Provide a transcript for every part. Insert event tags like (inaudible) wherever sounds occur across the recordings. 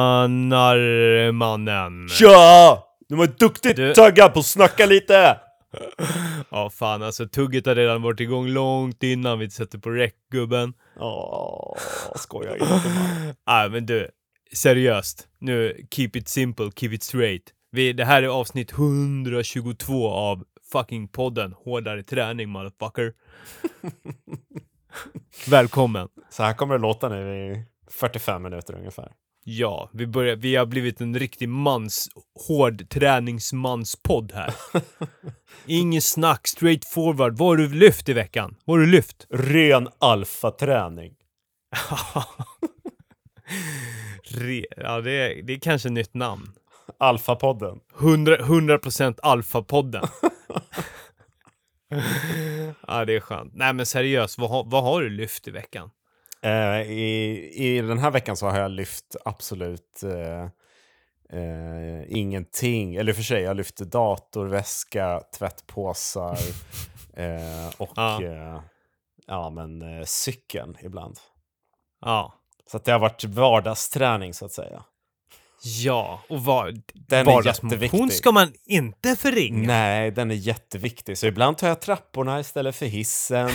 Tjenare mannen! Tja! Du var duktigt Du- taggad på att snacka lite! (laughs) Ja fan alltså tugget har redan varit igång långt innan vi sätter på räck gubben. Åh, skojar inte. Nej men du, seriöst. Nu, keep it simple, keep it straight. Vi, det här är avsnitt 122 av fucking podden Hårdare träning motherfucker. Välkommen! Så här kommer det låta nu i 45 minuter ungefär. Ja, vi, börjar, vi har blivit en riktig mans, hård träningsmanspodd (laughs) här. Inget snack, straight forward. Vad har du lyft i veckan? Vad har du lyft? Ren alfaträning. Re, ja, det är, det är kanske ett nytt namn. Alfapodden. 100, 100% Alfa-podden. (laughs) ja, det är skönt. Nej, men seriöst, vad, har- vad har du lyft i veckan? Eh, i, I den här veckan så har jag lyft absolut eh, eh, ingenting. Eller i och för sig, jag lyfte datorväska, (laughs) tvättpåsar eh, och Ja. eh, ja, men, eh, cykeln ibland. Ja. Så att det har varit vardagsträning så att säga. Ja, och vad... Den är Vardagsmotion jätteviktig. ska man inte förringa. Nej, den är jätteviktig. Så ibland tar jag trapporna istället för (laughs) hissen.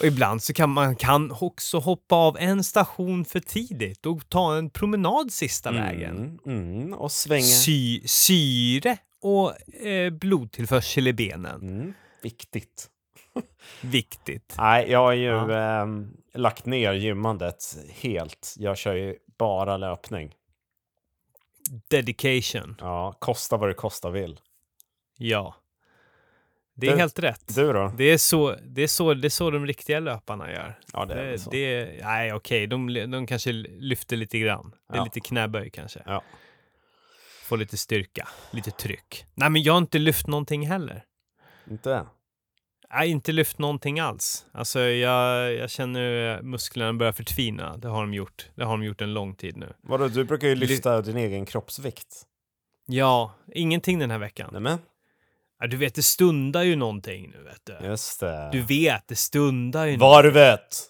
Och ibland så kan man kan också hoppa av en station för tidigt och ta en promenad sista vägen. Mm, mm, och svänga. Sy, syre och eh, blodtillförsel i benen. Mm, viktigt. Viktigt. Nej, jag har ju Ja. ehm, lagt ner gymmandet helt. Jag kör ju bara löpning. Dedication. Ja, kosta vad det kosta vill. Ja. Det är Du- helt rätt. Du då? Det är, så, det, är så, det är så de riktiga löparna gör. Eh, Ja, det är väl så. det är- nej, okej, de, de kanske lyfter lite grann. Det är Ja. lite knäböj kanske. Ja. Få lite styrka, lite tryck. Nej, men jag har inte lyft någonting heller. Inte? Nej, inte lyft någonting alls. Alltså, jag, jag känner eh, musklerna börjar förtvina. Det har de gjort. Det har de gjort en lång tid nu. Vadå, du brukar ju Ly- lyfta din egen kroppsvikt. Ja, ingenting den här veckan. Nämen, Ja, du vet, det stundar ju någonting nu, vet du. just det. Du vet, det stundar ju nå- Varvet!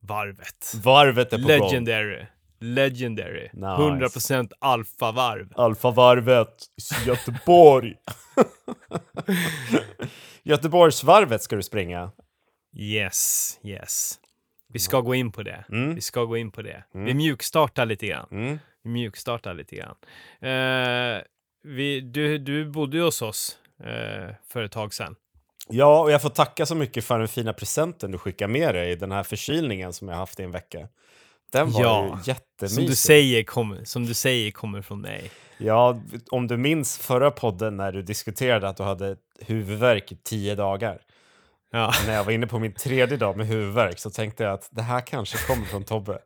varvet. Varvet är på gång. Legendary. Legendary. Nice. 100% alfavarv. Alfavarvet (laughs) i Göteborg. Göteborgsvarvet ska du springa. Yes, yes. Vi ska gå in på det. Mm. Vi ska gå in på det. Vi mjukstartar lite grann. Mm. Vi mjukstartar lite grann. Eh, vi, du, du bodde ju hos oss eh, för ett tag sedan. Ja, och jag får tacka så mycket för den fina presenten du skickar med dig i den här förkylningen som jag haft i en vecka. Den var Ja, ju jättemysig. Som du, säger kommer, som du säger kommer från mig. Ja, om du minns förra podden när du diskuterade att du hade huvudvärk i tio dagar. (laughs) Ja. När jag var inne på min tredje dag med huvudvärk så tänkte jag att det här kanske kommer från Tobbe.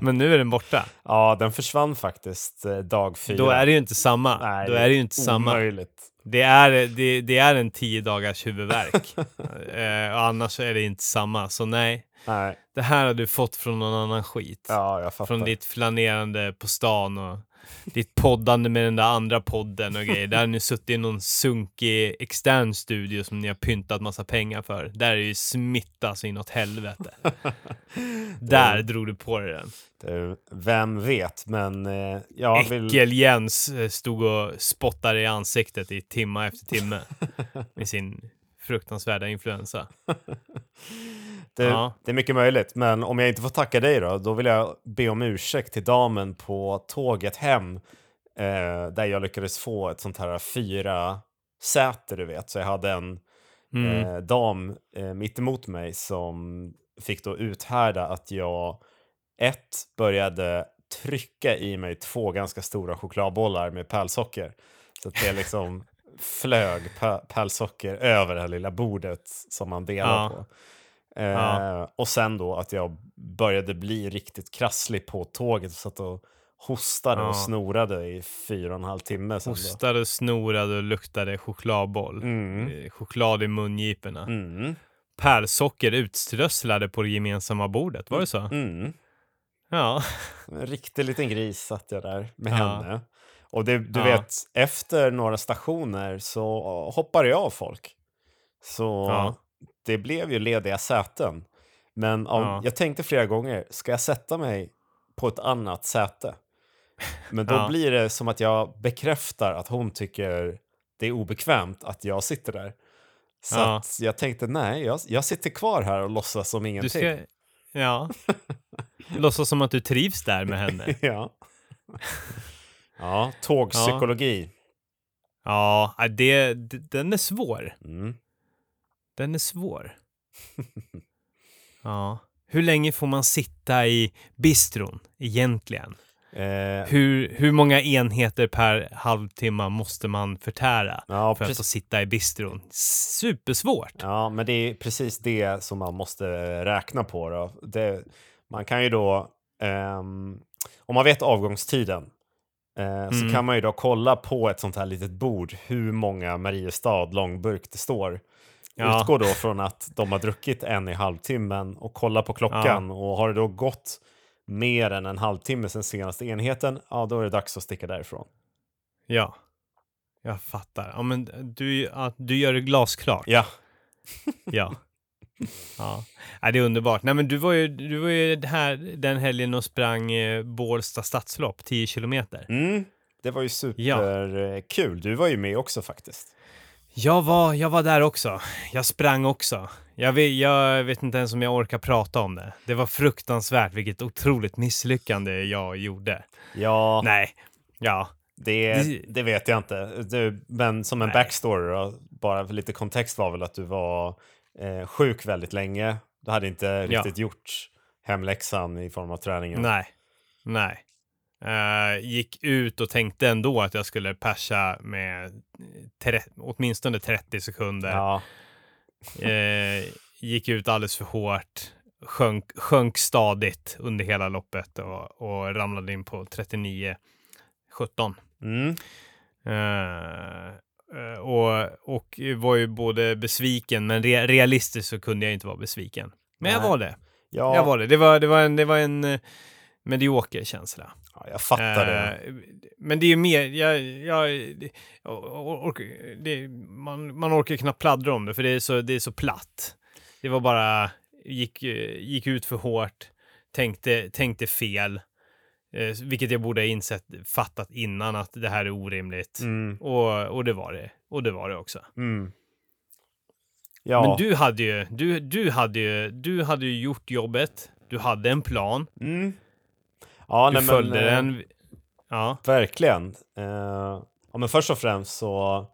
Men nu är den borta. Ja, den försvann faktiskt eh, dag fyra. Då är det ju inte samma. Nej, Då är det ju inte samma. Omöjligt. Det är, det, det är en tio dagars huvudvärk. (laughs) eh, och annars är det inte samma. Så nej, Nej, det här har du fått från någon annan skit. ja, jag fattar. Från ditt flanerande på stan och ditt poddande med den där andra podden och grejer. Där har ni suttit i någon sunkig extern studio som ni har pyntat massa pengar för. Där är det ju smitta så inåt helvete. (laughs) Där drog du på dig den. Du, Eh, vem vet, men eh, jag vill... Äckel-Jens eh, stod och spottade i ansiktet i timma efter timme med sin fruktansvärda influensa. Det, Ja. det är mycket möjligt, men om jag inte får tacka dig då, då vill jag be om ursäkt till damen på tåget hem eh, där jag lyckades få ett sånt här fyra säte, du vet. Så jag hade en Mm. eh, dam eh, mitt emot mig som fick då uthärda att jag ett började trycka i mig två ganska stora chokladbollar med pärlsocker. Så att (laughs) det liksom flög pär- pärlsocker över det här lilla bordet som man delar Ja. på. Eh, Ja. Och sen då att jag började bli riktigt krasslig på tåget och satt och hostade Ja. och snorade i fyra och en halv timme sen. Då. Hostade, snorade och luktade chokladboll. Mm. Eh, Choklad i mungiporna. Mm. pärlsocker utströsslade på det gemensamma bordet, var det så? Mm. Ja. En riktig liten gris satt jag där med Ja. henne. Och det, du Ja. vet, efter några stationer så hoppade jag av folk. Så Ja. det blev ju lediga säten. Men om, Ja. jag tänkte flera gånger, ska jag sätta mig på ett annat säte? Men då Ja. blir det som att jag bekräftar att hon tycker det är obekvämt att jag sitter där. Så Ja. att jag tänkte, nej, jag, jag sitter kvar här och låtsas som Du ingenting. ska... (laughs) Ja. Låtsas som att du trivs där med henne. ja. ja, tågpsykologi. Ja, nej, det, d- den är svår. Mm. Den är svår. Ja. Hur länge får man sitta i bistron egentligen? Eh, Hur, hur många enheter per halvtimme måste man förtära ja, för att få precis. sitta i bistron? Supersvårt. Ja, men det är precis det som man måste räkna på. Då. Det, man kan ju då, ehm, om man vet avgångstiden, eh, så Mm. kan man ju då kolla på ett sånt här litet bord hur många Mariestad långburk det står. Ja. Utgå då från att de har druckit en i halvtimmen och kolla på klockan och har det då gått mer än en halvtimme sen senaste enheten, ja då är det dags att sticka därifrån. Ja, jag fattar. Ja, men du, ja, du gör det glasklart. Ja, Ja. Ja. ja, det är underbart. Nej, men du var ju, du var ju här den helgen och sprang eh, Bålsta stadslopp, 10 kilometer. mm, det var ju superkul. Du var ju med också faktiskt. Jag var, jag var där också. Jag sprang också. Jag vet, jag vet inte ens om jag orkar prata om det. Det var fruktansvärt vilket otroligt misslyckande jag gjorde. Ja, Nej, ja. Det, Det- det vet jag inte. Du, men som en Nej. backstory, då, bara för lite kontext var väl att du var eh, sjuk väldigt länge. Du hade inte Ja. riktigt gjort hemläxan i form av träningen. Nej. Nej. Eh, gick ut och tänkte ändå att jag skulle persa med tre- åtminstone 30 sekunder. Ja, Eh, gick ut alldeles för hårt. Sjönk, sjönk stadigt under hela loppet och, och ramlade in på 39, 17. mm, Eh, eh, och, och var ju både besviken, men re, realistiskt så kunde jag inte vara besviken. Men jag Nej. var det. ja, Jag jag, var det. Det var, det var en, det var en eh, medioker känsla. ja, jag fattar det. Eh, men det är ju mer, jag, jag, det, or, or- det, man, man orkar ju knappt pladdra om det för det är så, det är så platt. Det var bara, gick, eh, gick ut för hårt, tänkte, tänkte fel, eh, vilket jag borde ha insett, fattat innan att det här är orimligt. Mm, Och, och det var det, och det var det också. mm. Ja, Men du hade ju, du, du hade ju, du hade ju gjort jobbet, du hade en plan, mm. ja, du nej, men, följde eh, den. Ja, Verkligen. Eh, ja, men först och främst så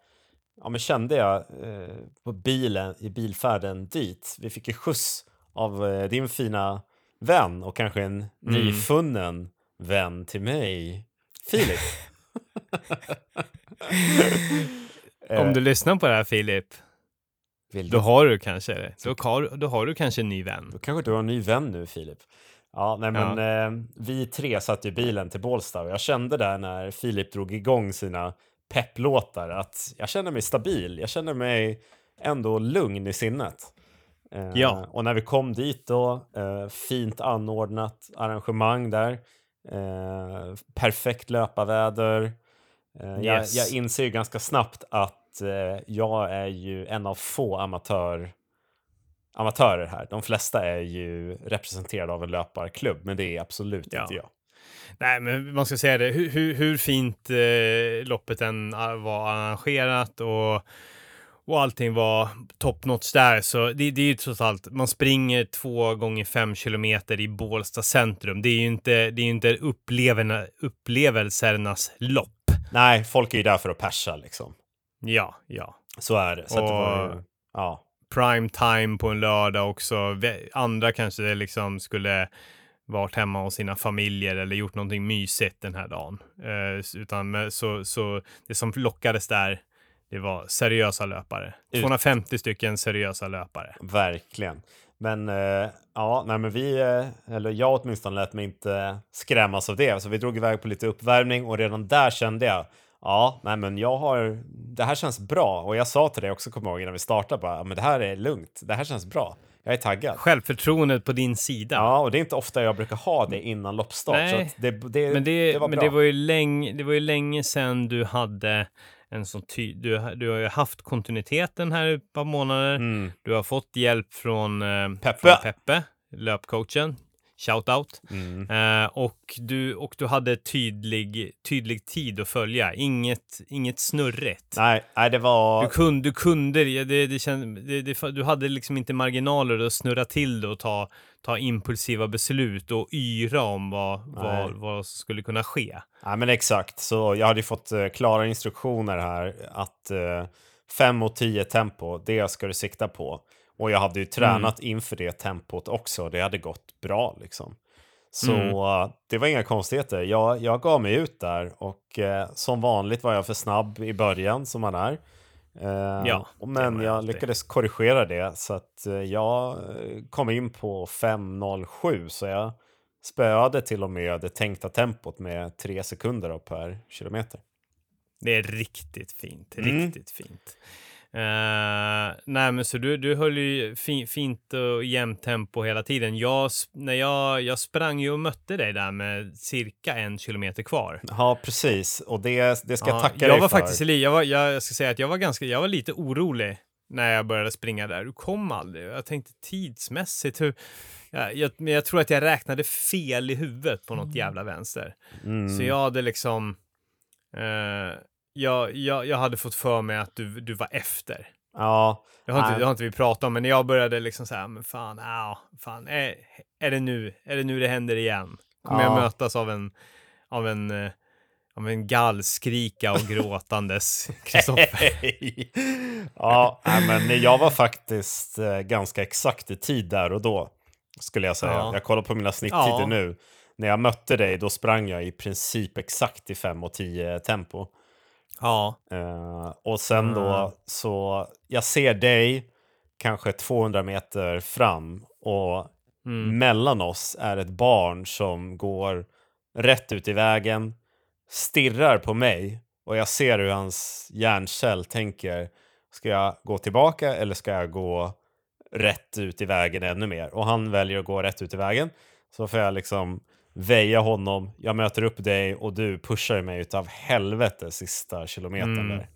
ja, men kände jag eh, på bilen, i bilfärden dit, vi fick ju skjuts av eh, din fina vän och kanske en nyfunnen vän till mig, Filip. eh, om du lyssnar på det här Filip, Vill Då du, har du kanske det. Då har, då har du kanske en ny vän. då kanske du har en ny vän nu, Filip. Ja, nej, men eh, vi tre satt i bilen till Bålsta och jag kände där när Filip drog igång sina pepplåtar att jag känner mig stabil. Jag känner mig ändå lugn i sinnet. Eh, Ja. Och när vi kom dit då, eh, fint anordnat arrangemang där. Eh, perfekt löparväder. Eh, Yes. jag, jag inser ju ganska snabbt att eh, jag är ju en av få amatör amatörer här. De flesta är ju representerade av en löparklubb, men det är absolut Ja. inte jag. Nej, men man ska säga det. Hur, hur, hur fint eh, loppet än ah, var arrangerat och, och allting var top notch där. Så det, det är ju trots allt, man springer två gånger fem kilometer i Bålsta centrum. Det är ju inte, det är ju inte uppleverna, upplevelsernas lopp. Nej, folk är ju där för att persa liksom. Ja, ja. Så är det. Så att det var ju, Och- ja. prime time på en lördag också. Ve- Andra kanske liksom skulle varit hemma hos sina familjer eller gjort någonting mysigt den här dagen. Eh, s- utan med, så, så det som lockades där, det var seriösa löpare. Ut. 250 stycken seriösa löpare. Verkligen. Men eh, ja, nej, men vi, eh, eller jag åtminstone, lät mig inte skrämmas av det. Så vi drog iväg på lite uppvärmning och redan där kände jag, ja, nej, men jag har, det här känns bra. Och jag sa till dig också, kommer jag ihåg, innan vi startade, bara, "Ja, men det här är lugnt, det här känns bra. Jag är taggad. Självförtroendet på din sida. Ja, och det är inte ofta jag brukar ha det innan loppstart. Så Nej, att det, det, men det, det var men bra. det var ju länge, det var ju länge sedan du hade en sån ty- du, ha- du har ju haft kontinuiteten här i ett par månader. Mm. Du har fått hjälp från eh, Peppe. från Peppe. löpcoachen. Shout out. Mm. Eh, och, du, och du hade tydlig, tydlig tid att följa, inget, inget snurrigt. Nej, nej, det var... Du kunde, du kunde det, det, det, känd, det, det, du hade liksom inte marginaler att snurra till det och ta, ta impulsiva beslut och yra om vad, vad, Nej. vad som skulle kunna ske. Ja, men exakt. Så jag hade ju fått eh, klara instruktioner här att 5 och 10 tempo, det ska du sikta på. Och jag Mm. hade ju tränat inför det tempot också. Det hade gått bra liksom. Så Mm. eh, det var inga konstigheter. Jag, jag gav mig ut där och eh, som vanligt var jag för snabb i början som man är. Eh, Ja, och det är men man ju jag alltid. lyckades korrigera det så att eh, jag eh, kom in på 5.07 så jag spöade till och med det tänkta tempot med tre sekunder då per kilometer. Det är riktigt fint, Mm. riktigt fint. Uh, nej men så du, du höll ju fi, fint och jämnt tempo hela tiden. Jag, sp- när jag, jag sprang ju och mötte dig där med cirka en kilometer kvar. Ja, precis. Och det, det ska jag Ja, tacka jag dig var för. faktiskt li- jag, var, jag, jag ska säga att jag var ganska, jag var lite orolig när jag började springa där. Du kom aldrig. Jag tänkte tidsmässigt hur... Ja, jag, men jag tror att jag räknade fel i huvudet på något jävla vänster. Mm. Så jag hade liksom... Eh, jag, jag, jag hade fått för mig att du, du var efter. Ja, Det har, inte, Nej. det har inte vi pratat om, men när jag började liksom så här, men fan, ja, fan, är, är det nu, är det nu det händer igen? Kommer jag Ja. mötas av en, av en, eh, av en gallskrika och (laughs) gråtandes Kristoffer? ja nej, men jag var faktiskt eh, ganska exakt i tid där och då, skulle jag säga. Ja. Jag kollar på mina snitttider Ja. nu. När jag mötte dig, då sprang jag i princip exakt i 5 och 10 tempo. ja, Eh, och sen Mm. då så, jag ser dig kanske 200 meter fram och mm, mellan oss är ett barn som går rätt ut i vägen, stirrar på mig och jag ser hur hans hjärncell tänker, ska jag gå tillbaka eller ska jag gå rätt ut i vägen ännu mer? Och han väljer att gå rätt ut i vägen. Så får jag liksom väja honom, jag möter upp dig och du pushar mig utav helvete sista kilometern Mm. där.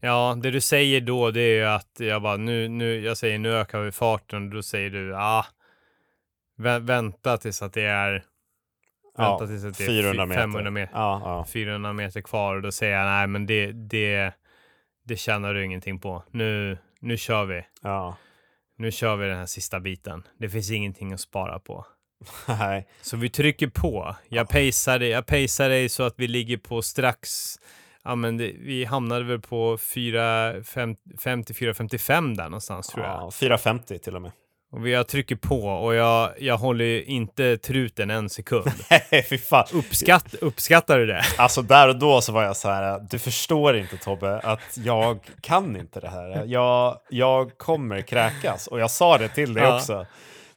ja, det du säger då, det är ju att jag bara, nu, nu, jag säger nu ökar vi farten och då säger du, ah, vä- vänta tills att det är, Ja, vänta tills att det är 400 fy- meter. 500 meter. Ja, ja. 400 meter kvar och då säger jag nej, men det, det, det tjänar du ingenting på. Nu, nu kör vi. ja. (laughs) Nu kör vi den här sista biten. Det finns ingenting att spara på. Nej. Så vi trycker på. Jag pacear dig, jag pacear dig så att vi ligger på strax, ja men det, vi hamnade väl på 4.50-4.55 där någonstans tror jag. Ja, 450 till och med. (laughs) Och jag trycker på och jag, jag håller ju inte truten en sekund. (laughs) Fy fan. Uppskatt, uppskattar du det? Alltså där och då så var jag så här, du förstår inte Tobbe att jag kan inte det här. Jag, jag kommer kräkas och jag sa det till dig Ja. också.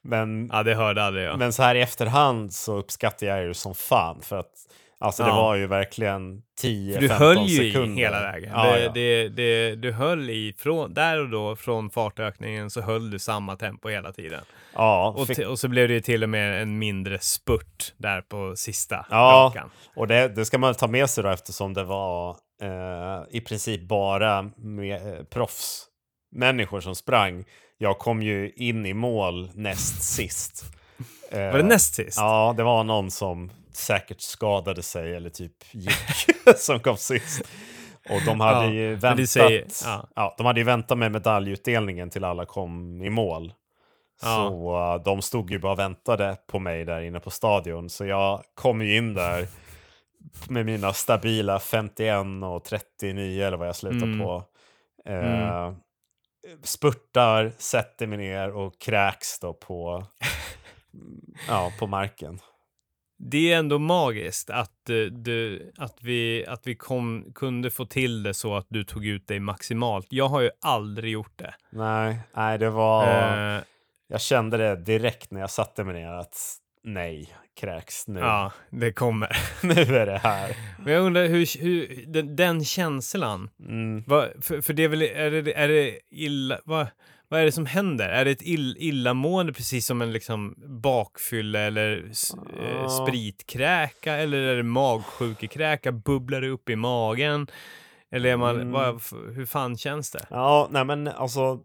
Men, Ja, det hörde aldrig jag. men så här i efterhand så uppskattar jag er som fan för att alltså det Ja. var ju verkligen För 10-15 du sekunder. höll ju i hela vägen. Ja, det, ja. Det, det, du höll i från, där och då från fartökningen så höll du samma tempo hela tiden. ja, Och, fick- ti- och så blev det ju till och med en mindre spurt där på sista Ja, rakan. och det, det ska man ta med sig då eftersom det var eh, i princip bara med, eh, proffsmänniskor som sprang. Jag kom ju in i mål näst sist. Eh, Var det näst sist? Ja, det var någon som säkert skadade sig eller typ gick (laughs) som kom sist. Och de hade Ja, ju men väntat, det säger- ja. ja. de hade ju väntat med medaljutdelningen till alla kom i mål. Ja. Så eh, de stod ju bara och väntade på mig där inne på stadion. Så jag kom ju in där med mina stabila 51 och 39 eller vad jag slutade Mm. på. Eh, Spurtar, sätter mig ner och kräks (laughs) då på, ja, på marken. Det är ändå magiskt att, eh, du, att vi, att vi kom, kunde få till det så att du tog ut dig maximalt. Jag har ju aldrig gjort det. Nej, nej, det var... Eh, Jag kände det direkt när jag satte mig ner att nej, kräks nu. ja, det kommer. (laughs) Nu är det här. Men jag undrar hur, hur den, den känslan Mm. Va, för, för det är väl, är det, är det illa, va, vad är det som händer? Är det ett ill, illamående precis som en liksom bakfylla eller s, eh, Ja. spritkräka eller är det magsjukekräka? Bubblar det upp i magen? Eller är man, Mm. vad- f- hur fan känns det? Ja, nej men alltså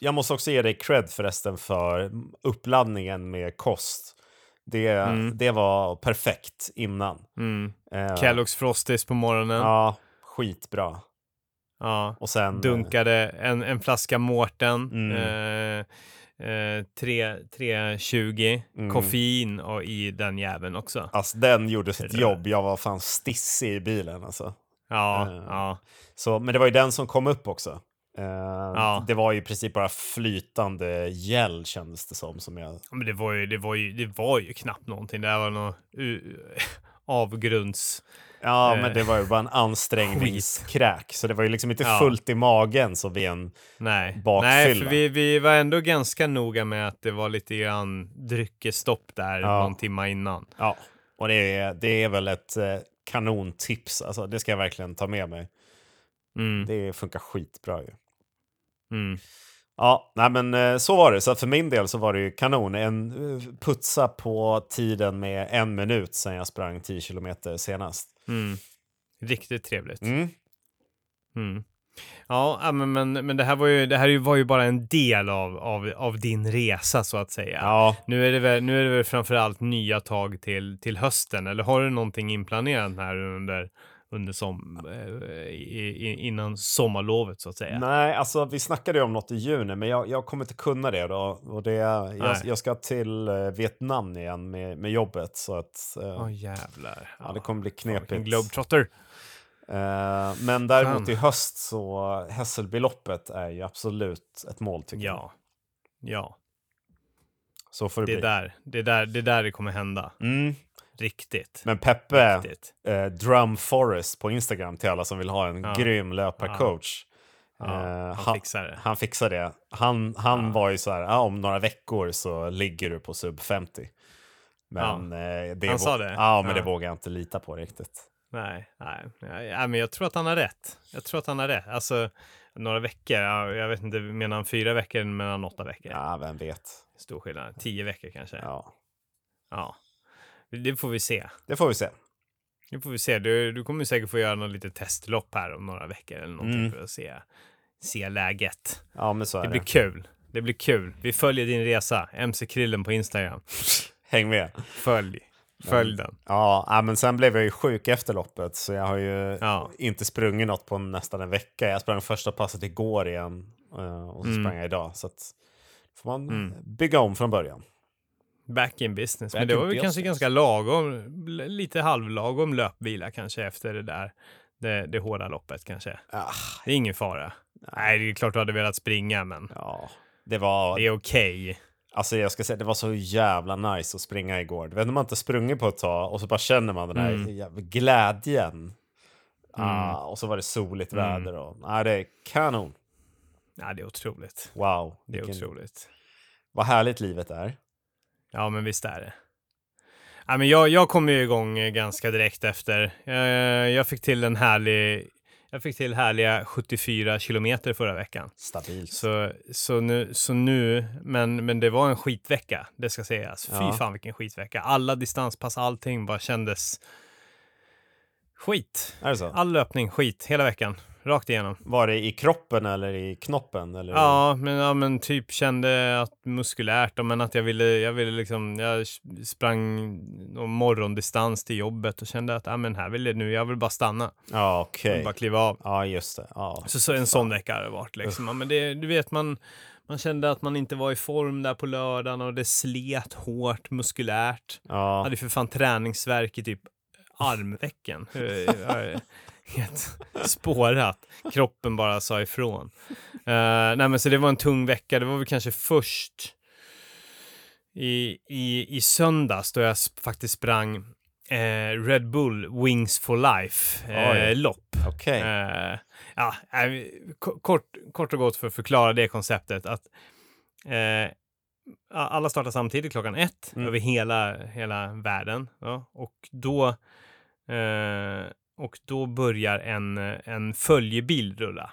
jag måste också ge dig cred förresten för uppladdningen med kost. Det, Mm. det var perfekt innan. Mm. Eh, Kellogg's Frosties på morgonen. Ja. Ja, skitbra. Och sen... eh, Dunkade en, en flaska Mårten. Mm. Eh, eh, tre- 320 Mm. koffein och i den jäveln också. Alltså den gjorde sitt jobb. Jag var fan stissig i bilen alltså. Ja, Eh. ja. Så, men det var ju den som kom upp också. Eh, Ja. Det var ju i princip bara flytande gel kändes det som. som jag... Men det var ju, det var ju, det var ju knappt någonting. Det här var någon u- (laughs) avgrunds... Ja, Eh. men det var (laughs) ju bara en ansträngningskräk. Så det var ju liksom inte Ja. fullt i magen som vid en... Nej, Bakfylla. Nej för vi, vi var ändå ganska noga med att det var lite grann dryckesstopp där Ja. någon timme innan. Ja, och det är, det är väl ett eh, kanontips. Alltså, det ska jag verkligen ta med mig. Mm, Det funkar skitbra ju. mm. Ja, nej men eh, så var det. Så att för min del så var det ju kanon. En eh, putsa på tiden med en minut sen jag sprang 10 kilometer senast. Mm. Riktigt trevligt. Mm. Mm. Ja, ja, men, men, men det här, var ju, det här var ju bara en del av, av, av din resa så att säga. Ja, Nu är det väl, nu är det väl framförallt nya tag till, till hösten, eller har du någonting inplanerat här under, under som, eh, i, i, innan sommarlovet så att säga? Nej, alltså vi snackade ju om något i juni, men jag, jag kommer inte kunna det då. Och det, jag, Nej. jag ska till eh, Vietnam igen med, med jobbet, så att eh, Åh jävlar. ja, det kommer bli Fan, vilken knepigt. Globetrotter. Mm. Eh, men däremot Fan. i höst så Hässelbyloppet är ju absolut ett mål tycker jag. Ja. Ja, Så får det, det är bli. där det, är där, det är där det kommer hända. Mm. Riktigt. Men Peppe, Riktigt. eh, Drum Forest på Instagram till alla som vill ha en Ja. grym löparcoach. Ja, Eh, han han- fixar det. Han fixar det. Han, han Ja. var ju så här, ah, om några veckor så ligger du på sub 50. Men eh, det Han vå- sa det? Ja, men Ja. det vågar jag inte lita på riktigt. Nej, nej, nej, nej, men jag tror att han har rätt. Jag tror att han har rätt. Alltså, några veckor, ja, jag vet inte, menar han fyra veckor eller menar han åtta veckor? Ja, vem vet. Stor skillnad. Tio veckor kanske. Ja. Ja. Det får vi se. Det får vi se. Det får vi se. Du, du kommer säkert få göra något litet testlopp här om några veckor eller någonting Mm. för att se, se läget. Ja, men så är Det det. blir kul. Det blir kul. Vi följer din resa. MC-krillen på Instagram. Häng med. Följ. Följ Mm. den. Ja, ja, men sen blev jag ju sjuk efter loppet så jag har ju Ja. inte sprungit något på nästan en vecka. Jag sprang första passet igår igen eh, och så Mm. sprang jag idag. Så att får man Mm. bygga om från början. Back in business. Back Men det in var väl kanske business. ganska lagom, l- lite halvlagom löpvila kanske efter det där, det, det hårda loppet kanske. Ah, Det är ingen fara. Nej, det är klart du hade velat springa, men ja, det var... det är okej. Alltså jag ska säga, det var så jävla nice att springa igår. Du vet när man inte sprungit på ett tag och så bara känner man den här Mm. jävla glädjen. Ah, och så var det soligt Mm. väder och... Ah, det är kanon. Ja, det är otroligt. Wow. Det är vilken- otroligt. Vad härligt livet är. Ja, men visst är det. Ja, men jag, jag kom ju igång eh, ganska direkt efter. Eh, Jag fick till en härlig, jag fick till härliga 74 kilometer förra veckan. Stabilt. Så, så nu, så nu men, men det var en skitvecka, det ska sägas. Fy Ja. fan vilken skitvecka. Alla distanspass, allting bara kändes skit. Är det så? All löpning, skit, hela veckan. Rakt igenom. Var det i kroppen eller i knoppen? Eller? Ja, men, ja, men typ kände att muskulärt, men att jag ville, jag ville liksom, jag sprang någon morgondistans till jobbet och kände att, ja men här vill jag nu, jag vill bara stanna. Ja, Jag okej. vill bara kliva av. Ja, just det. Ja. Så, så en sån vecka har det varit. Liksom. Ja, Men det, du vet, man, man kände att man inte var i form där på lördagen och det slet hårt muskulärt. Jag Ja. hade för fan träningsvärk i typ (laughs) armvecken. (laughs) Helt spårat. Kroppen bara sa ifrån. Eh, nej, men så det var en tung vecka. Det var väl kanske först i, i, i söndags då jag sp- faktiskt sprang eh, Red Bull Wings for Oj. Life-lopp. Okej. Eh, ja, eh, vi- ko- kort, kort och gott för att förklara det konceptet att eh, a- alla startar samtidigt klockan ett Mm. över hela, hela världen. Ja, och, då, eh, och då börjar en, en följebil rulla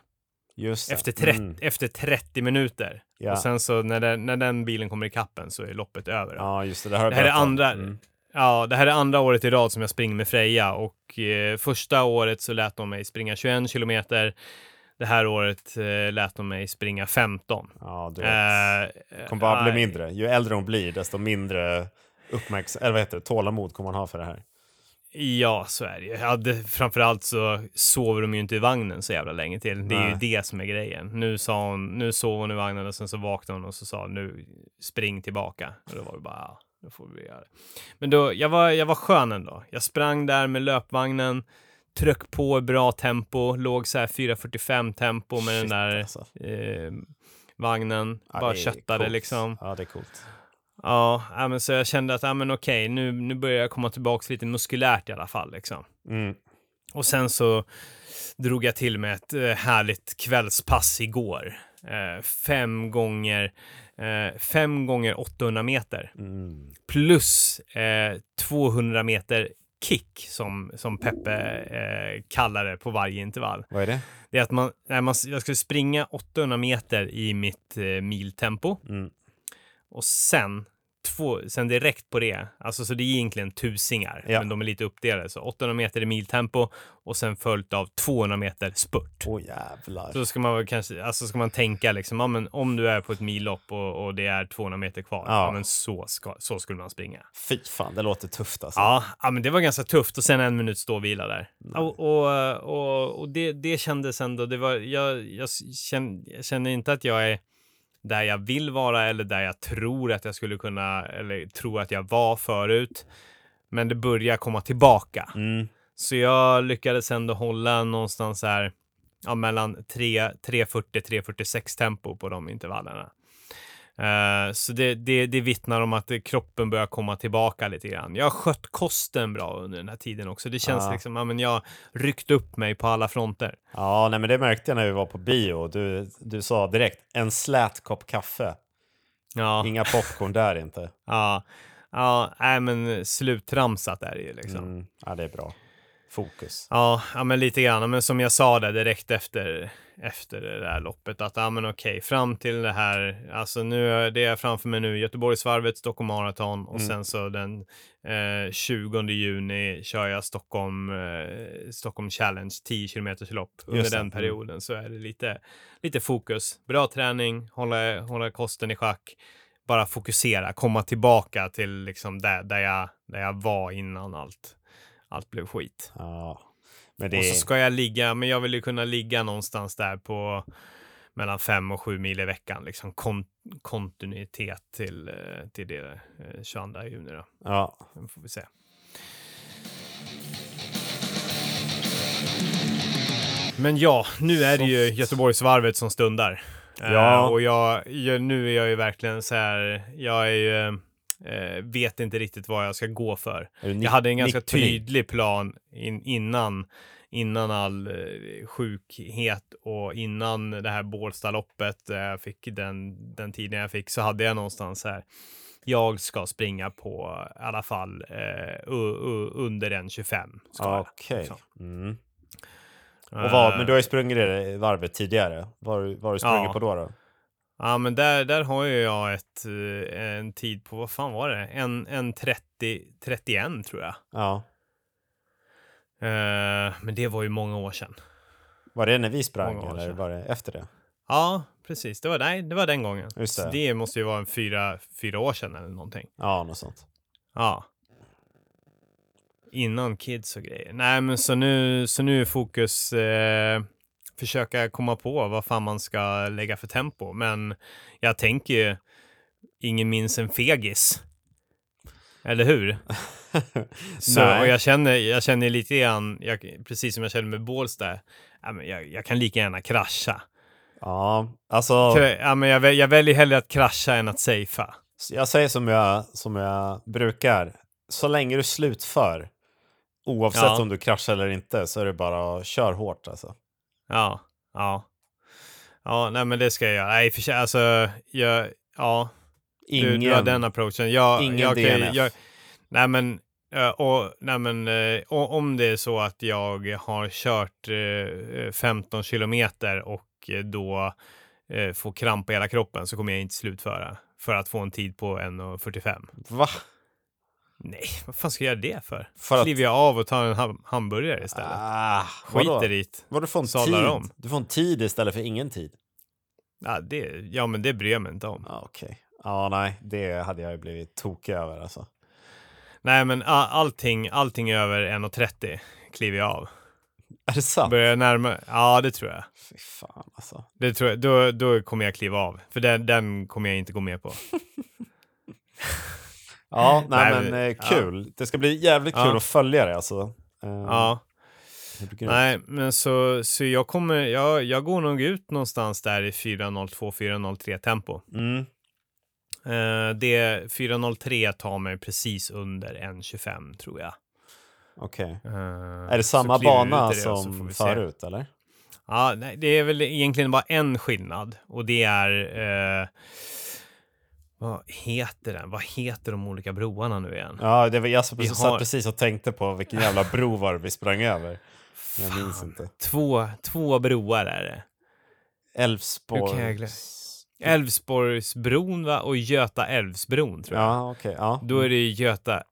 Just det. efter 30, Mm. efter 30 minuter. Ja. Och sen så när den, när den bilen kommer i kappen så är loppet över. ja, just det. Det, har Det jag här är berättat om. andra- Mm. Ja, det här är andra året i rad som jag springer med Freja och eh, första året så lät de mig springa 21 kilometer. Det här året eh, lät de mig springa 15. Ja, du vet. Eh, kommer bara bli eh, mindre. Ju äldre hon blir, desto mindre uppmärksam, eller vad heter det, tålamod kommer man ha för det här. Ja, så är det ju. Ja, det, framförallt så sover de ju inte i vagnen så jävla länge till. Det är ju Nej. det som är grejen. Nu sa hon, nu sov hon i vagnen och sen så vaknade hon och så sa hon, nu spring tillbaka. Och då var det bara, ja, då får vi göra det. Men då, jag var, jag var skön ändå. Jag sprang där med löpvagnen, tryck på i bra tempo, låg så här 4.45 tempo med den Shit, där alltså. eh, vagnen. Ja, bara det är köttade coolt. liksom. Ja, det är coolt. Ja, ja, men så jag kände att ja, men okej, nu, nu börjar jag komma tillbaka lite muskulärt i alla fall. Liksom. Mm. Och sen så drog jag till med ett eh, härligt kvällspass igår. Eh, fem gånger eh, fem gånger 800 meter Mm. plus eh, 200 meter kick som, som Peppe eh, kallar det på varje intervall. Vad är det? Det är att man, nej, man, jag skulle springa 800 meter i mitt eh, miltempo. Mm. Och sen, två, sen direkt på det, alltså så det är egentligen tusingar, Ja. men de är lite uppdelade. Så 800 meter i miltempo och sen följt av 200 meter spurt. Åh jävlar. Så ska man väl kanske, alltså ska man tänka liksom, ja, men om du är på ett millopp och, och det är 200 meter kvar, ja. Ja. men så, ska, så skulle man springa. Fy fan, det låter tufft alltså. Ja, ja, men det var ganska tufft och sen en minut ståvila där. Och, och, och, och det, det kändes ändå, det var, jag, jag, kände, jag känner inte att jag är där jag vill vara eller där jag tror att jag skulle kunna eller tror att jag var förut. Men det börjar komma tillbaka. Mm. Så jag lyckades ändå hålla någonstans här ja, mellan 3 3.40-3.46 tempo på de intervallerna. Eh, så det, det, det vittnar om att eh, kroppen börjar komma tillbaka lite grann. Jag har skött kosten bra under den här tiden också. Det känns Ja. liksom, ja, men jag har ryckt upp mig på alla fronter. Ja, nej, men det märkte jag när vi var på bio. Du, du sa direkt en slät kopp kaffe. Ja, Inga popcorn (laughs) där inte. ja, ja, nej men eh, sluttramsat är det ju liksom. Mm. Ja, det är bra. Fokus. Ja, ja, men lite grann. Men som jag sa där direkt efter, efter det där loppet, att ja, men okej, fram till det här, alltså nu, är- det är framför mig nu, Göteborgsvarvet, Stockholm Marathon och Mm. sen så den eh, 20 juni kör jag Stockholm, eh, Stockholm Challenge, 10 km lopp. Under Just det, den mm. perioden så är det lite, lite fokus, bra träning, hålla, hålla kosten i schack, bara fokusera, komma tillbaka till liksom där, där, jag, där jag var innan allt, allt blev skit. Ja. Men det Och är... så ska jag ligga, men jag vill ju kunna ligga någonstans där på mellan 5 och 7 mil i veckan, liksom kon- kontinuitet till, eh, till det eh, 22 juni då. ja. Sen får vi se. Men ja, nu är det ju Göteborgsvarvet som stundar. Eh, Ja. och jag, jag, nu är jag ju verkligen så här, jag är ju, eh, vet inte riktigt vad jag ska gå för. Är du Jag hade en ganska nipprig? tydlig plan in, innan, innan all eh, sjukhet och innan det här Bålstaloppet, eh, jag fick den, den tiden jag fick, så hade jag någonstans här. Jag ska springa på i alla fall eh, u, u, under en 25. Ska jag. Okej. liksom. Mm. Och vad, men du har ju sprungit det varvet tidigare. Vad har du- vad har du sprungit Eh. Ja. på då? då? Eh, Ja, men där, där har ju jag ett, eh, en tid på, vad fan var det? En, en 30, 31 tror jag. Ja. Eh, men det var ju många år sedan. Var det när vi sprang Många år eller sedan. var det efter det? Ja, precis. Det var, nej, det var den gången. Just Så det. det måste ju vara en fyra, fyra år sedan eller någonting. Ja, något sånt. (laughs) Ja. Innan kids och grejer. Nej, men så nu, så nu är fokus eh, försöka komma på vad fan man ska lägga för tempo. Men jag tänker ju, ingen minns en fegis. Eller (laughs) hur? Så, Nej. och jag känner, jag känner lite grann, jag, precis som jag känner med Bålsta, ja, men jag, jag kan lika gärna krascha. Ja, alltså Krä- Ja, men jag, väl- jag väljer hellre att krascha än att safea. jag säger som jag, som jag brukar. Så länge du slutför, oavsett Ja. om du kraschar eller inte, så är det bara att kör hårt alltså. Ja, ja. Ja, nej men det ska jag göra. Nej, för sig, alltså, jag, ja, Ingen, du, du har den approachen. Jag, ingen jag, kan ju- DNF. Jag, nej men, eh, och, nej men eh, och, om det är så att jag har kört eh, 15 kilometer och eh, då eh, får kramp i hela kroppen så kommer jag inte slutföra för att få en tid på 1.45. Va? Nej, vad fan ska jag göra det för? För att- Kliver jag av och tar en ham- hamburgare istället? Ah, vadå? Skiter i det. Vadå du får en Sadlar tid? om. Du får en tid istället för ingen tid. Ja, det. Ja, men det bryr jag mig inte om. Ah, Okej. Ja, nej, det hade jag ju blivit tokig över alltså. Nej, men a- allting, allting över 1,30 kliver jag av. Är det sant? Börjar jag närma... Ja, det tror jag. Fy fan alltså. Det tror jag. Då, då kommer jag kliva av, för den, den kommer jag inte gå med på. Ja, nej, Nej, men men- eh, kul. Det ska bli jävligt kul Ja. att följa det alltså. Eh, Ja, det blir grymt. nej, men så, så jag kommer... Jag, jag går nog ut någonstans där i 4.02-4.03 tempo. Mm. Eh, det 4.03 tar mig precis under 1.25 tror jag. Okej. Eh, Är det så samma kliver jag ut i bana det, så får som vi se. förut, eller? Ja, nej, det är väl egentligen bara en skillnad och det är... Eh, vad heter den? Vad heter de olika broarna nu igen? Ja, det var jag som Vi precis, har- satt precis och tänkte på vilken jävla bro var det vi (laughs) sprang över. Jag minns inte. Två, två broar är det. Hur kan jag Älvsborg. Älvsborgsbron va? och Göta Älvsbron tror jag. Ja, okej. ja. Då är det ju Göta...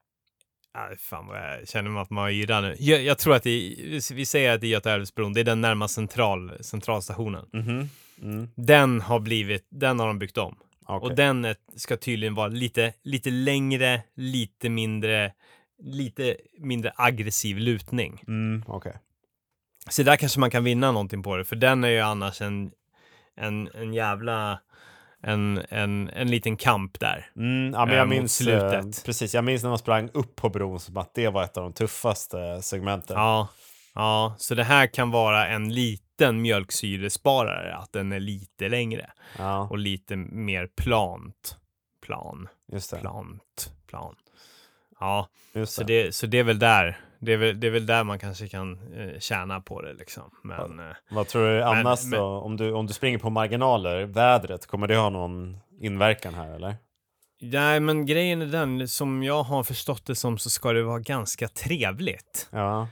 Aj, fan vad jag känner att man yrar nu. Jag, jag tror att det är, vi säger att det är Göta Älvsbron, det är den närmast central, centralstationen. Mhm. Mm. Den har blivit, den har de byggt om. Okej. Och den är, ska tydligen vara lite, lite längre, lite mindre, lite mindre aggressiv lutning. Mm, okej. Så där kanske man kan vinna någonting på det, för den är ju annars en, en, en jävla, en, en, en liten kamp där. Mm, ja, men Eh, jag mot minns, slutet. eh, precis, jag minns när man sprang upp på bron som att det var ett av de tuffaste segmenten. Ja, ja, så det här kan vara en liten mjölksyresparare, att den är lite längre Ja, och lite mer plant. Plan, just det. plant, plan. Ja, Just så det. det, så det är väl där. Det är väl, det är väl där man kanske kan eh, tjäna på det liksom. Men eh, Vad tror du annars men- då? Om du, om du springer på marginaler, vädret, kommer det ha någon inverkan här eller? nej, men grejen är den som jag har förstått det som så ska det vara ganska trevligt. Ja,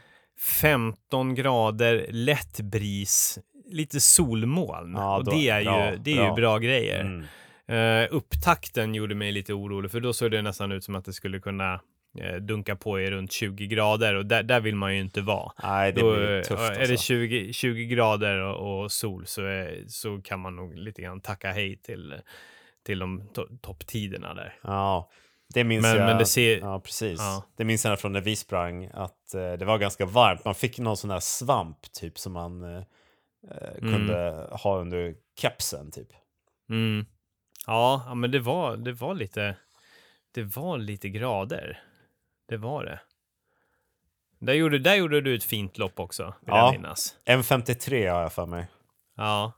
15 grader, lätt bris, lite solmoln. Ja, och då- det är, bra, ju, det är ju bra. bra grejer. mm. Eh, upptakten gjorde mig lite orolig, för då såg det nästan ut som att det skulle kunna eh, dunka på i runt 20 grader och där, där vill man ju inte vara. Nej, det Då, blir eh, tufft är det alltså. 20, 20 grader och, och sol så, är, så kan man nog lite grann tacka hej till, till de to- topptiderna där. Ja, det minns Men, jag. men det ser... Ja, precis. Eh, Ja. Det minns jag från när vi sprang, att eh, det var ganska varmt. Man fick någon sån där svamp typ som man eh, eh, kunde ha under kepsen typ. Mm, ja, ja, men det var, det var lite... Det var lite grader. Det var det. Där gjorde, där gjorde du ett fint lopp också, vill Ja. jag minnas. M53 har jag för mig. Ja,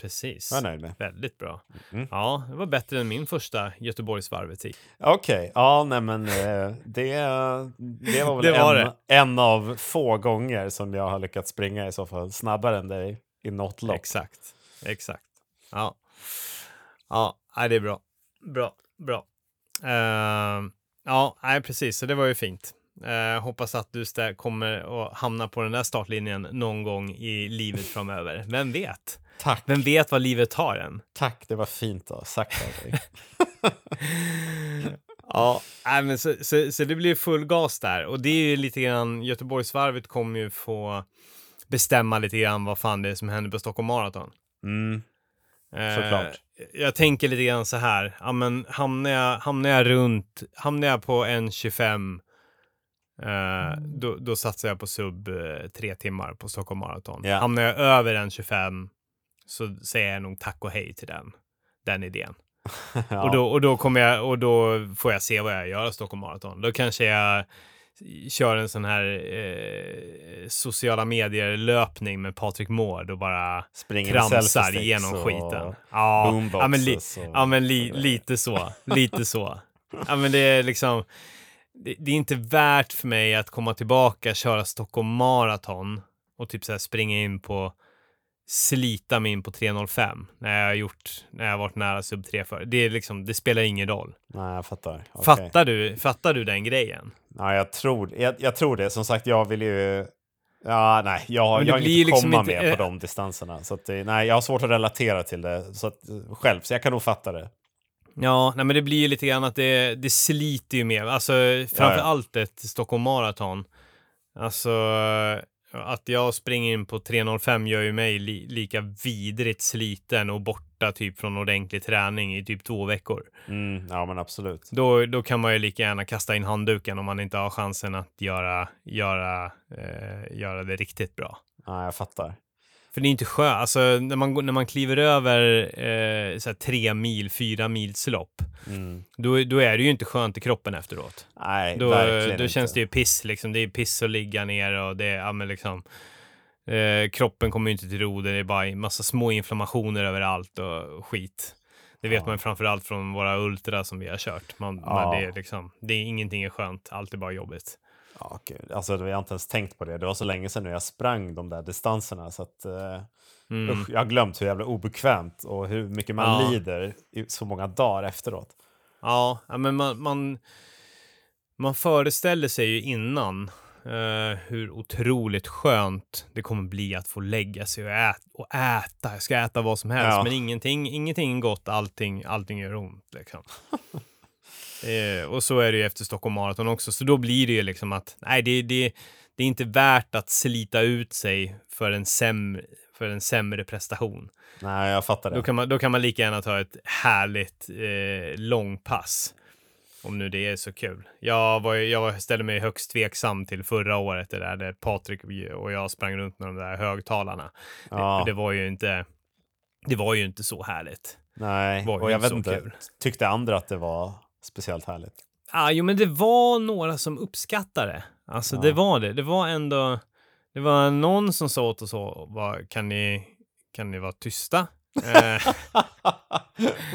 precis. Jag är nöjd med. Väldigt bra. Mm. Ja, det var bättre än min första Göteborgsvarvet i. Okej, ja nej men eh, det, det var väl Det var en, en av få gånger som jag har lyckats springa i så fall snabbare än dig i något lopp. Exakt. Exakt. Ja. Ja, nej, det är bra. Bra, bra. Ehm, ja, nej, precis. Så det var ju fint. Eh, hoppas att du stä- kommer att hamna på den där startlinjen någon gång i livet framöver. Vem vet? Tack, Vem vet vad livet tar en? tack, det var fint då, sagt (laughs) av dig. Ja, nej, men så, så, så det blir full gas där. Och det är ju lite grann, Göteborgsvarvet kommer ju få bestämma lite grann vad fan det är som händer på Stockholm Marathon. Mm, (laughs) Eh, Såklart. Jag tänker lite grann så här, ja, men hamnar, jag, hamnar jag runt, hamnar jag på 1.25 eh, då, då satsar jag på sub eh, tre timmar på Stockholm Marathon. Ja. Hamnar jag över 1.25 så säger jag nog tack och hej till den, den idén. ja. Och, då, och, då kommer jag, och då får jag se vad jag gör i Stockholm Marathon. Då kanske jag kör en sån här eh, sociala medier-löpning med Patrik Mård och bara Springer med tramsar selfie-sticks genom och skiten. Ja, boomboxes ja men, li, och- ja, men li, lite så. Lite så. Ja, men det är liksom... Det, det är inte värt för mig att komma tillbaka, köra Stockholm Marathon och typ så här springa in på slita mig in på 3.05 när jag har gjort, när jag har varit nära sub 3 för. Det är liksom, det spelar ingen roll. (laughs) Nej, jag fattar. Okej. Fattar du, fattar du den grejen? Ja, jag, tror, jag, jag tror det. Som sagt, jag vill ju... Ja, nej, jag, Men det jag vill blir inte liksom komma inte- med på eh. de eh, distanserna. Så att det, nej, jag har svårt att relatera till det så att, själv, så jag kan nog fatta det. Ja, nej, men det blir ju lite grann att det, det sliter ju mer. Alltså framför Ja, ja. allt ett Stockholm Marathon. Alltså att jag springer in på 3.05 gör ju mig li, lika vidrigt sliten och borta typ från ordentlig träning i typ två veckor. Mm, ja, men absolut. Då, då kan man ju lika gärna kasta in handduken om man inte har chansen att göra, göra, eh, göra det riktigt bra. Ja, jag fattar. För det är inte skönt. Alltså, när, man, går- när man kliver över eh, så här tre mil, fyra mils lopp, Mm. då, då är det ju inte skönt i kroppen efteråt. Nej, Då, eh, verkligen då känns det inte. ju piss. Liksom. Det är piss att ligga ner och det är ja, men liksom, eh, kroppen kommer ju inte till ro. Det är bara en massa små inflammationer överallt och skit. Det vet Ja. man man framförallt från våra ultra som vi har kört. Man, Ja. man, det är liksom, det är, ingenting är skönt, allt är bara jobbigt. Ja, gud. Alltså, jag har inte ens tänkt på det. Det var så länge sedan nu jag sprang de där distanserna. Så att, eh, Mm. usch, jag har glömt hur jävla obekvämt och hur mycket man Ja. lider i så många dagar efteråt. Ja, ja, men man, man, man föreställer sig ju innan eh, hur otroligt skönt det kommer bli att få lägga sig och, ät, och äta. Jag ska äta vad som helst, Ja. men ingenting, ingenting är gott, allting, allting gör ont. Liksom. eh, och så är det ju efter Stockholm Marathon också, så då blir det ju liksom att nej, det, det, det är inte värt att slita ut sig för en sämre, för en sämre prestation. Nej, jag fattar det. Då kan, man, då kan man lika gärna ta ett härligt eh, långpass. Om nu det är så kul. Jag, var, ju- jag ställde mig högst tveksam till förra året, det där, där Patrik och jag sprang runt med de där högtalarna. Ja. Det, det var ju inte... Det var ju inte så härligt. Nej, var ju och jag inte vet så inte. kul. Tyckte andra att det var speciellt härligt? (laughs) Ah, jo, men det var några som uppskattade det. Alltså, Ja. det var det. Det var ändå... Det var någon som sa åt oss så, "Vad, kan ni, kan ni vara (laughs) tysta? Eh,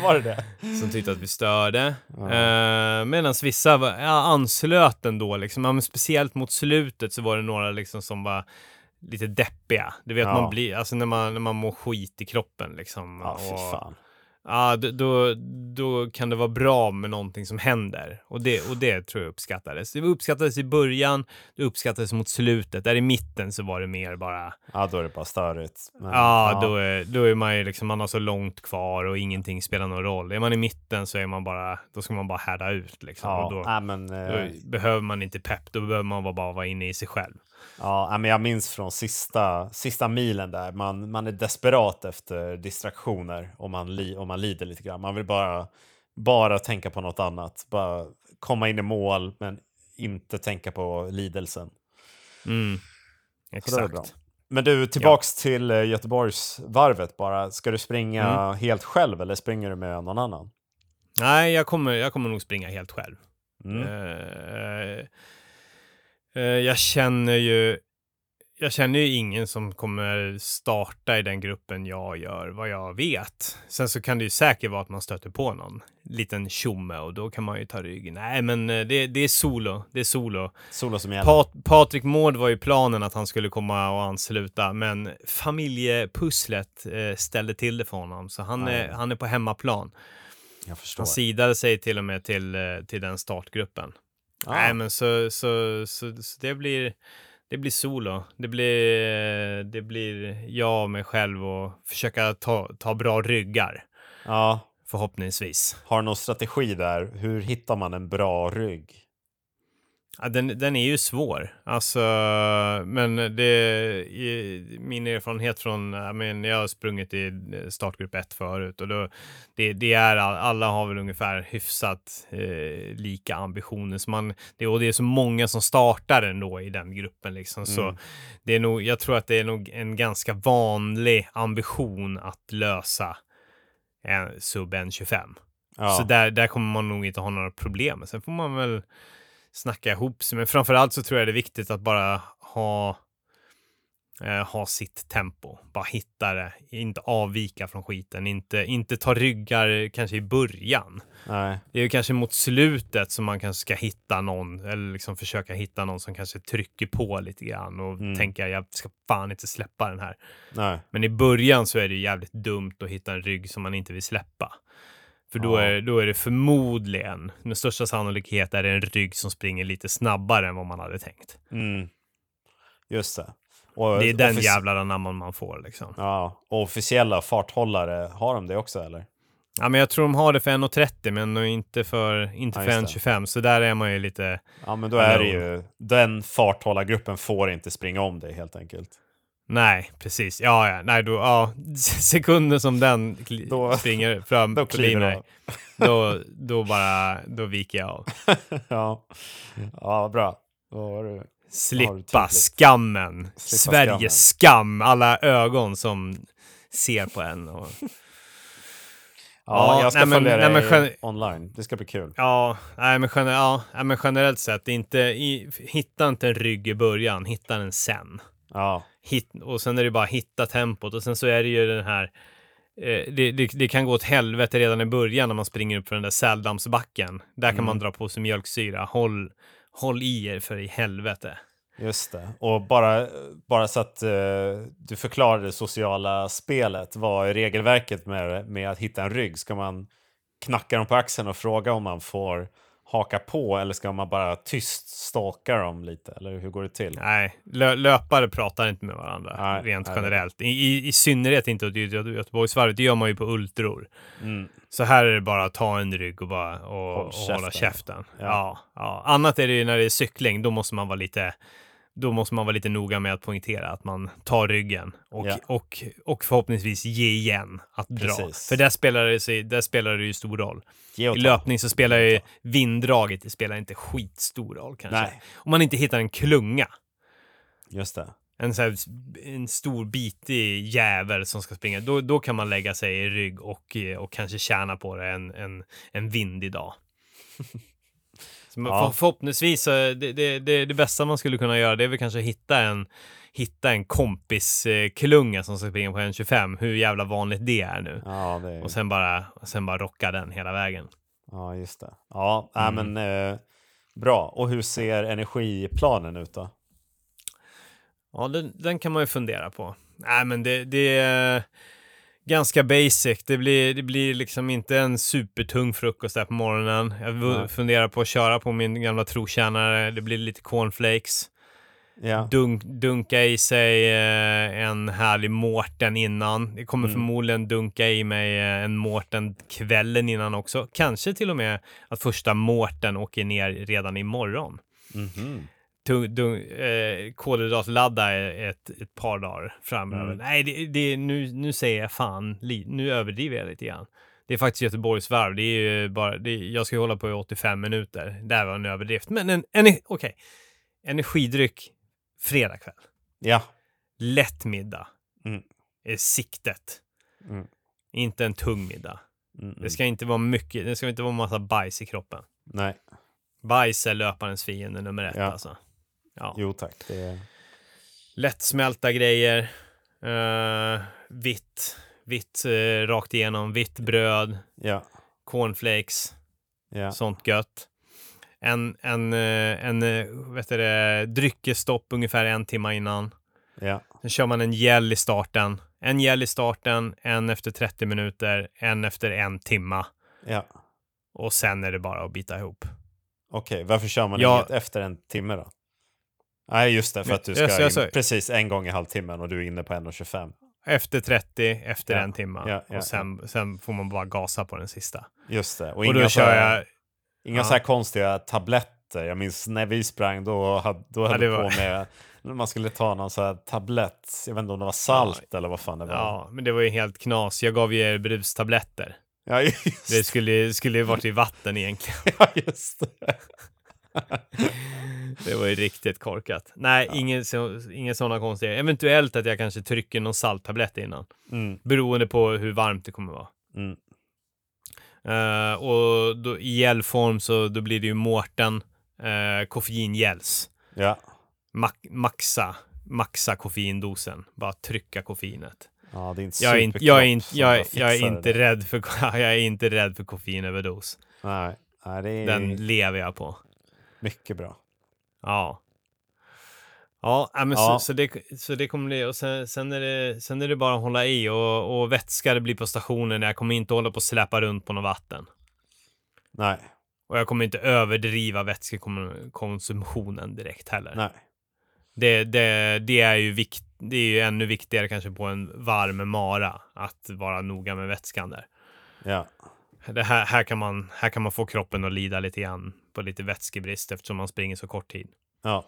var det det? som tyckte att vi störde. Eh, Medan vissa var, ja, anslöt ändå, liksom. ja, men speciellt mot slutet så var det några liksom som var lite deppiga. Du vet, Ja. man blir, alltså när man, när man mår skit i kroppen liksom. Ja, fy Och- fan. Ja, d- då, då kan det vara bra med någonting som händer. Och det, och det tror jag uppskattades. Det uppskattades i början, det uppskattades mot slutet. Där i mitten så var det mer bara, Ja, då är det bara störigt. Men, Ja, Då, är, då är man ju liksom, man har så långt kvar och ingenting spelar någon roll. Är man i mitten så är man bara, då ska man bara härda ut liksom. Ja, och då, nej, men, eh, då behöver man inte pepp, då behöver man bara, bara vara inne i sig själv. Ja, nej, men jag minns från sista, sista milen där. Man, man är desperat efter distraktioner och man, li, och man lider lite grann. Man vill bara, bara tänka på något annat. Bara komma in i mål, men inte tänka på lidelsen. Mm. Så det är bra. Exakt. Men du, tillbaks till eh, Göteborgsvarvet bara. Ska du springa helt själv eller springer du med någon annan? Nej, jag kommer, jag kommer nog springa helt själv. Mm. Eh, eh, jag känner ju jag känner ju ingen som kommer starta i den gruppen jag gör, vad jag vet. Sen så kan det ju säkert vara att man stöter på någon liten tjomme och då kan man ju ta rygg. Nej, men eh, det, det är solo. Det är solo. Solo som gäller. Pat, Patrik Mård var ju planen att han skulle komma och ansluta, men familjepusslet eh, ställde till det för honom, så han, Nej. är, han är på hemmaplan. jag förstår. Han sidade sig till och med till, eh, till den startgruppen. Ah. Nej, men så, så, så, så det blir det blir solo. Det blir, eh, det blir jag och mig själv och försöka ta, ta bra ryggar ja, förhoppningsvis. har du någon strategi där? Hur hittar man en bra rygg? Ja, den, den är ju svår, alltså, men det i, min erfarenhet från, jag, men, jag har sprungit i eh, startgrupp 1 förut och då, det, det är, all- alla har väl ungefär hyfsat eh, lika ambitioner. Så man, det, och det är så många som startar ändå i den gruppen liksom, så det är nog, jag tror att det är nog en ganska vanlig ambition att lösa en sub 1.25. Ja. Så där, där kommer man nog inte ha några problem. Men Sen får man väl snacka ihop sig. Men framförallt så tror jag det är viktigt att bara ha, eh, ha sitt tempo. Bara hitta det. Inte avvika från skiten. Inte, inte ta ryggar kanske i början. Nej. Det är ju kanske mot slutet som man kanske ska hitta någon eller liksom försöka hitta någon som kanske trycker på lite grann och Mm. tänka jag ska fan inte släppa den här. Nej. Men i början så är det ju jävligt dumt att hitta en rygg som man inte vill släppa. För då, Ja. är, då är det förmodligen, med största sannolikhet, är det en rygg som springer lite snabbare än vad man hade tänkt. Mm. Just det. Och Det är den offic- jävla anamman man får liksom. Ja, och officiella farthållare, har de det också eller? Ja, men jag tror de har det för 1,30 men nog inte för, inte Ja, för just det. 1,25 så där är man ju lite... Ja, men då är det Hallå. ju... Den farthållargruppen får inte springa om dig helt enkelt. Nej, precis. Ja, ja, nej, då, ja. (laughs) Sekunden som den kli- Då- springer fram Då förbi kliver du mig, av. då, då bara, då viker jag av. (laughs) ja. ja, bra. Då har du... Slippa tydligt. skammen. Slippa Sveriges skam. Alla ögon som ser på en. (laughs) Och, Ja, Ja, jag ska nej, men- följa nej, dig men gen- online. Det ska bli kul. ja, nej, men gener, ja, nej, men generellt sett, det är inte, i, hitta inte en rygg i början, hitta den sen. Ja, hit, och sen är det bara hitta tempot och sen så är det ju den här eh, det, det, det kan gå åt helvete redan i början när man springer upp för den där säldammsbacken. Där kan Mm. man dra på sig mjölksyra. Håll, håll i er för i helvete. just det. Och bara, bara så att eh, du förklarar det sociala spelet. Vad är regelverket med, med att hitta en rygg? Ska man knacka dem på axeln och fråga om man får haka på eller ska man bara tyst staka dem lite? Eller hur går det till? Nej, lö, löpare pratar inte med varandra Nej, rent nej. generellt. I, i, I synnerhet inte åt Göte- Göteborgsvarvet. Det gör man ju på ultror. Mm. Så här är det bara att ta en rygg och, bara, och, Håll och hålla käften. käften. Ja. Ja. Ja, Annat är det ju när det är cykling, då måste man vara lite då måste man vara lite noga med att poängtera att man tar ryggen och, Ja. och, och förhoppningsvis ge igen att dra. Precis. För där spelar, det sig, där spelar det ju stor roll. Ge och I ta. löpning så spelar ju vinddraget det spelar inte skitstor roll kanske. Nej, Om man inte hittar en klunga, just det. en, så här, en stor bitig jävel som ska springa, då, då kan man lägga sig i rygg och, eh, och kanske tjäna på det en, en, en vindig (laughs) dag. Så man, Ja. för, förhoppningsvis, så är det, det, det, det bästa man skulle kunna göra det är väl kanske hitta en, hitta en kompisklunga som ska springa på 1,25, hur jävla vanligt det är nu. Ja, det är... Och sen bara, och sen bara rocka den hela vägen. ja just det. Ja, nej, Mm. men eh, bra. Och hur ser energiplanen ut då? Ja, den, den kan man ju fundera på. Nej, men det, det är ganska basic. Det blir, det blir liksom inte en supertung frukost där på morgonen. Jag v- Nej. funderar på att köra på min gamla trotjänare. Det blir lite cornflakes. Ja, Dunk, dunka i sig eh, en härlig Mårten innan. Det kommer Mm. förmodligen dunka i mig eh, en Mårten kvällen innan också. Kanske till och med att första Mårten åker ner redan imorgon Mhm. tung, dung, eh, kolhydratladda ett, ett par dagar framöver. Mm. Nej, det, det, nu, nu säger jag fan, li, nu överdriver jag lite grann. Det är faktiskt Göteborgsvarv. Det är ju bara, det, jag ska ju hålla på i 85 minuter. Där var en överdrift. Men en, en, okej. Energidryck fredag kväll. ja. Lätt middag. Mm. Är siktet. Mm. Inte en tung middag. Mm, mm. Det ska inte vara mycket. Det ska inte vara massa bajs i kroppen. Nej, Bajs är löparens fiende nummer ett Ja. alltså. Ja. jo tack. Det är... lättsmälta grejer. eh, vitt, vitt eh, rakt igenom, vitt bröd, Ja, cornflakes, ja. sånt gött. En, en, eh, en eh, vet du det, dryckesstopp ungefär en timme innan. ja. Sen kör man en gel i starten. En gel i starten, en efter 30 minuter, en efter en timma. ja. Och sen är det bara att bita ihop. Okej, varför kör man Ja. inget efter en timme då? Nej, just det, för Men- att du ska jag sa- jag sa- in, precis en gång i halvtimmen och du är inne på 1.25. Efter 30, efter Ja, en timma. ja, ja, och sen, sen får man bara gasa på den sista. Just det. Och, Och, inga, då så här, kör jag... inga ja. så här konstiga tabletter. Jag minns när vi sprang, då, hade- då höll det vi på var- med... när Man skulle ta någon så här tablett. Jag vet inte om det var salt eller vad fan det var. Ja, men det var ju helt knas. Jag gav ju er brustabletter. ja just Det skulle, skulle ju varit i vatten egentligen. (laughs) Ja, just det. (laughs) Det var ju riktigt korkat. Nej, ingen, så- ingen sådana konstiga. Eventuellt att jag kanske trycker någon salttablett innan. Mm, Beroende på hur varmt det kommer vara. mm, Eh, och då, i gelform så då blir det ju Mårten uh, koffeingels. ja. Max- maxa, maxa koffeindosen. Bara trycka koffeinet. ja, det är inte Jag är, inte, jag, är inte, superkropp jag, är- som jag är fixar det inte där. rädd för, (laughs) jag är inte rädd för koffeinöverdos. Nej, nej, det är Den lever jag på. mycket bra. Ja. Ja, äh, men Ja. Så, så, det, så det kommer det. Och sen, sen, är det sen är det bara att hålla i och, och vätska det blir på stationen. Jag kommer inte hålla på och släpa runt på något vatten. Nej, Och jag kommer inte överdriva vätskekonsumtionen direkt heller. nej. Det, det, det, är ju vikt, det är ju ännu viktigare kanske på en varm mara att vara noga med vätskan där. Ja. Det här, här, kan man, här kan man få kroppen att lida lite grann på lite vätskebrist eftersom man springer så kort tid. Ja. ja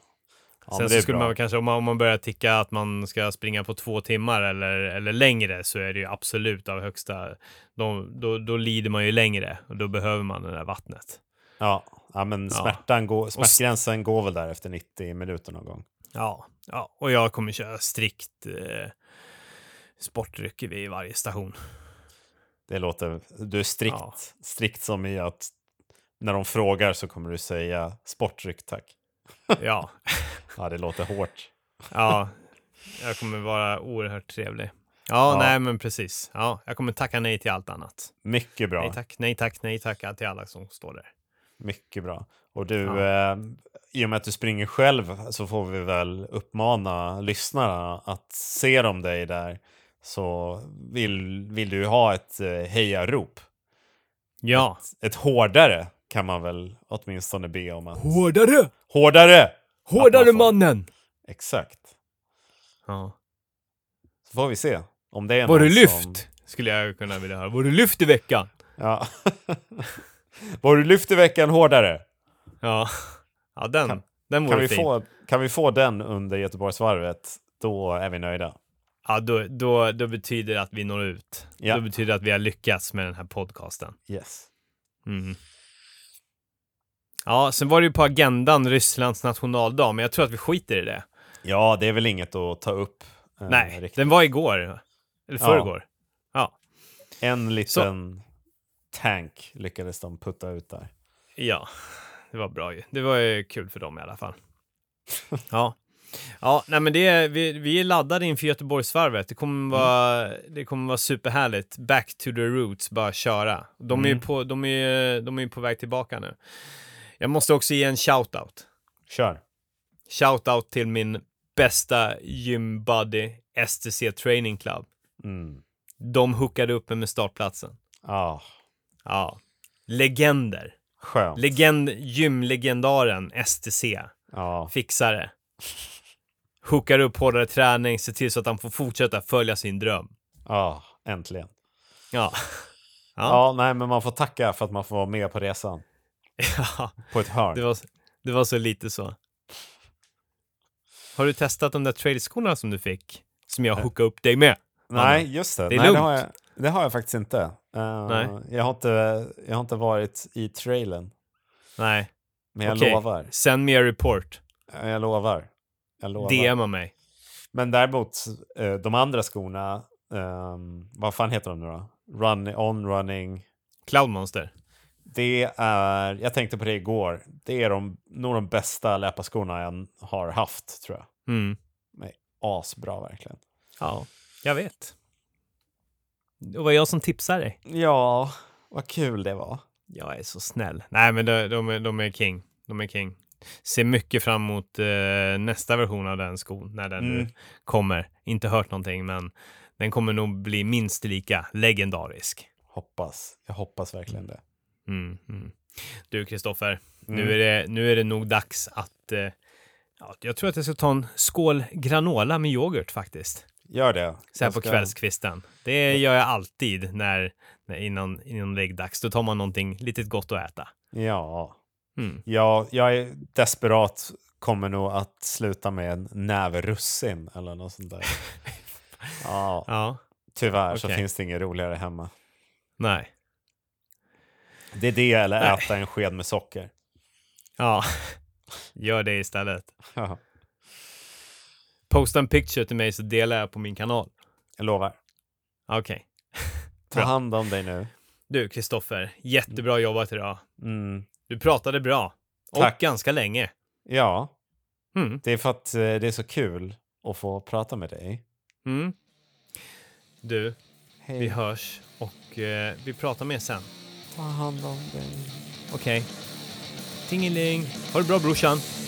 Sen men så det är skulle bra. man kanske, om man, om man börjar ticka att man ska springa på två timmar eller, eller längre så är det ju absolut av högsta, de, då, då lider man ju längre och då behöver man det där vattnet. Ja. ja, men Ja. smärtan går, smärtgränsen går väl där efter 90 minuter någon gång. Ja, ja och jag kommer köra strikt eh, sportdrycker vid varje (laughs) station. Det låter... Du är strikt, Ja. strikt som i att när de frågar så kommer du säga sportdryck tack. Ja, Ja, det låter hårt. ja, jag kommer vara oerhört trevlig. Ja, Ja. nej, men precis. Ja, jag kommer tacka nej till allt annat. Mycket bra. Nej tack, nej tack, nej tack till alla som står där. Mycket bra. Och du, eh, i och med att du springer själv så får vi väl uppmana lyssnarna att se om dig där. Så vill, vill du ha ett eh, hejarop? Ja. Ett hårdare kan man väl åtminstone be om. Att, Hårdare! hårdare! Hårdare, mannen! Exakt. Ja. Så får vi se om det är Var någon det Som, lyft? Skulle jag kunna vilja höra. Var det lyft i veckan? ja. (laughs) Var du lyft i veckan hårdare? Ja. Ja, den. Kan- den vore Kan vi, fin. få, kan vi få den under Göteborgsvarvet? Då är vi nöjda. Ja, då, då, då betyder det att vi når ut. Ja. Då betyder det att vi har lyckats med den här podcasten. Yes. Mm. Ja, sen var det ju på agendan Rysslands nationaldag, men jag tror att vi skiter i det. Ja, det är väl inget att ta upp. eh, Nej, riktigt. den var igår. Eller Ja. förrgår. Ja. En liten tank lyckades de putta ut där. Ja, det var bra ju. Det var ju kul för dem i alla fall. Ja, ja nej men det, är- vi, vi är laddade inför Göteborgsvarvet. Det kommer vara, det kommer vara superhärligt. Back to the roots, bara köra. De är ju på, de är, de är på väg tillbaka nu. Jag måste också ge en shout-out. Kör. Shout-out till min bästa gymbuddy STC Training Club. Mm. De hookade upp mig med startplatsen. Ah, Ja, legender. skönt. Legend, gymlegendaren STC. ja, fixare. Hookar upp hårdare träning, ser till så att han får fortsätta följa sin dröm. ah, äntligen. Ja. Ja. Ja. nej, men man får tacka för att man får vara med på resan. (laughs) ja. På ett hörn. Det, var, det var så lite så. Har du testat de där trailskorna som du fick? Som jag hookade upp dig med? Nej, just det. Det är nej, det, lugnt. har jag, det har jag faktiskt inte. Eh, Nej. Jag, har inte jag har inte varit i trailen. Nej. Men jag Okej. lovar. Send me a report. Eh, Jag lovar. Jag lovar. DMa mig. Men däremot, eh, de andra skorna, ehm, vad fan heter de nu då? Run, on running. Cloud Monster. Det är, jag tänkte på det igår, det är de, nog de bästa löparskorna jag har haft tror jag. Mm. Asbra verkligen. Ja, jag vet. Det var jag som tipsade dig. Ja, vad kul det var. Jag är så snäll. Nej, men de, de, är- de är king. De är king. Ser mycket fram emot eh, nästa version av den skon, när den nu Mm. kommer. Inte hört någonting, men den kommer nog bli minst lika legendarisk. Hoppas, jag hoppas verkligen det. Mm, mm. Du, Kristoffer, Mm. nu, är det- nu är det nog dags att... Eh, ja, jag tror att jag ska ta en skål granola med yoghurt faktiskt. Gör det. Så här Jag på ska- kvällskvisten. Det gör jag alltid när, när innan, innan läggdags. Då tar man någonting litet gott att äta. Ja, Mm. ja jag är desperat kommer nog att sluta med en näve russin eller något (laughs) sånt där. ja, Ja, tyvärr så Okej. finns det inget roligare hemma. nej. Det är det eller Nej. äta en sked med socker. (laughs) Ja, (laughs) gör det istället. Posta en picture till mig så delar jag på min kanal. jag lovar. Okej. Ta Bra. hand om dig nu. Du, Kristoffer, jättebra jobbat idag. Mm. Du pratade bra. Och Tack. ganska länge. Ja, Mm. det är för att eh, det är så kul att få prata med dig. Mm. Du, Hej, vi hörs och eh, vi pratar mer sen. ta hand om dig. Okej. Tingeling. Ha det bra brorsan.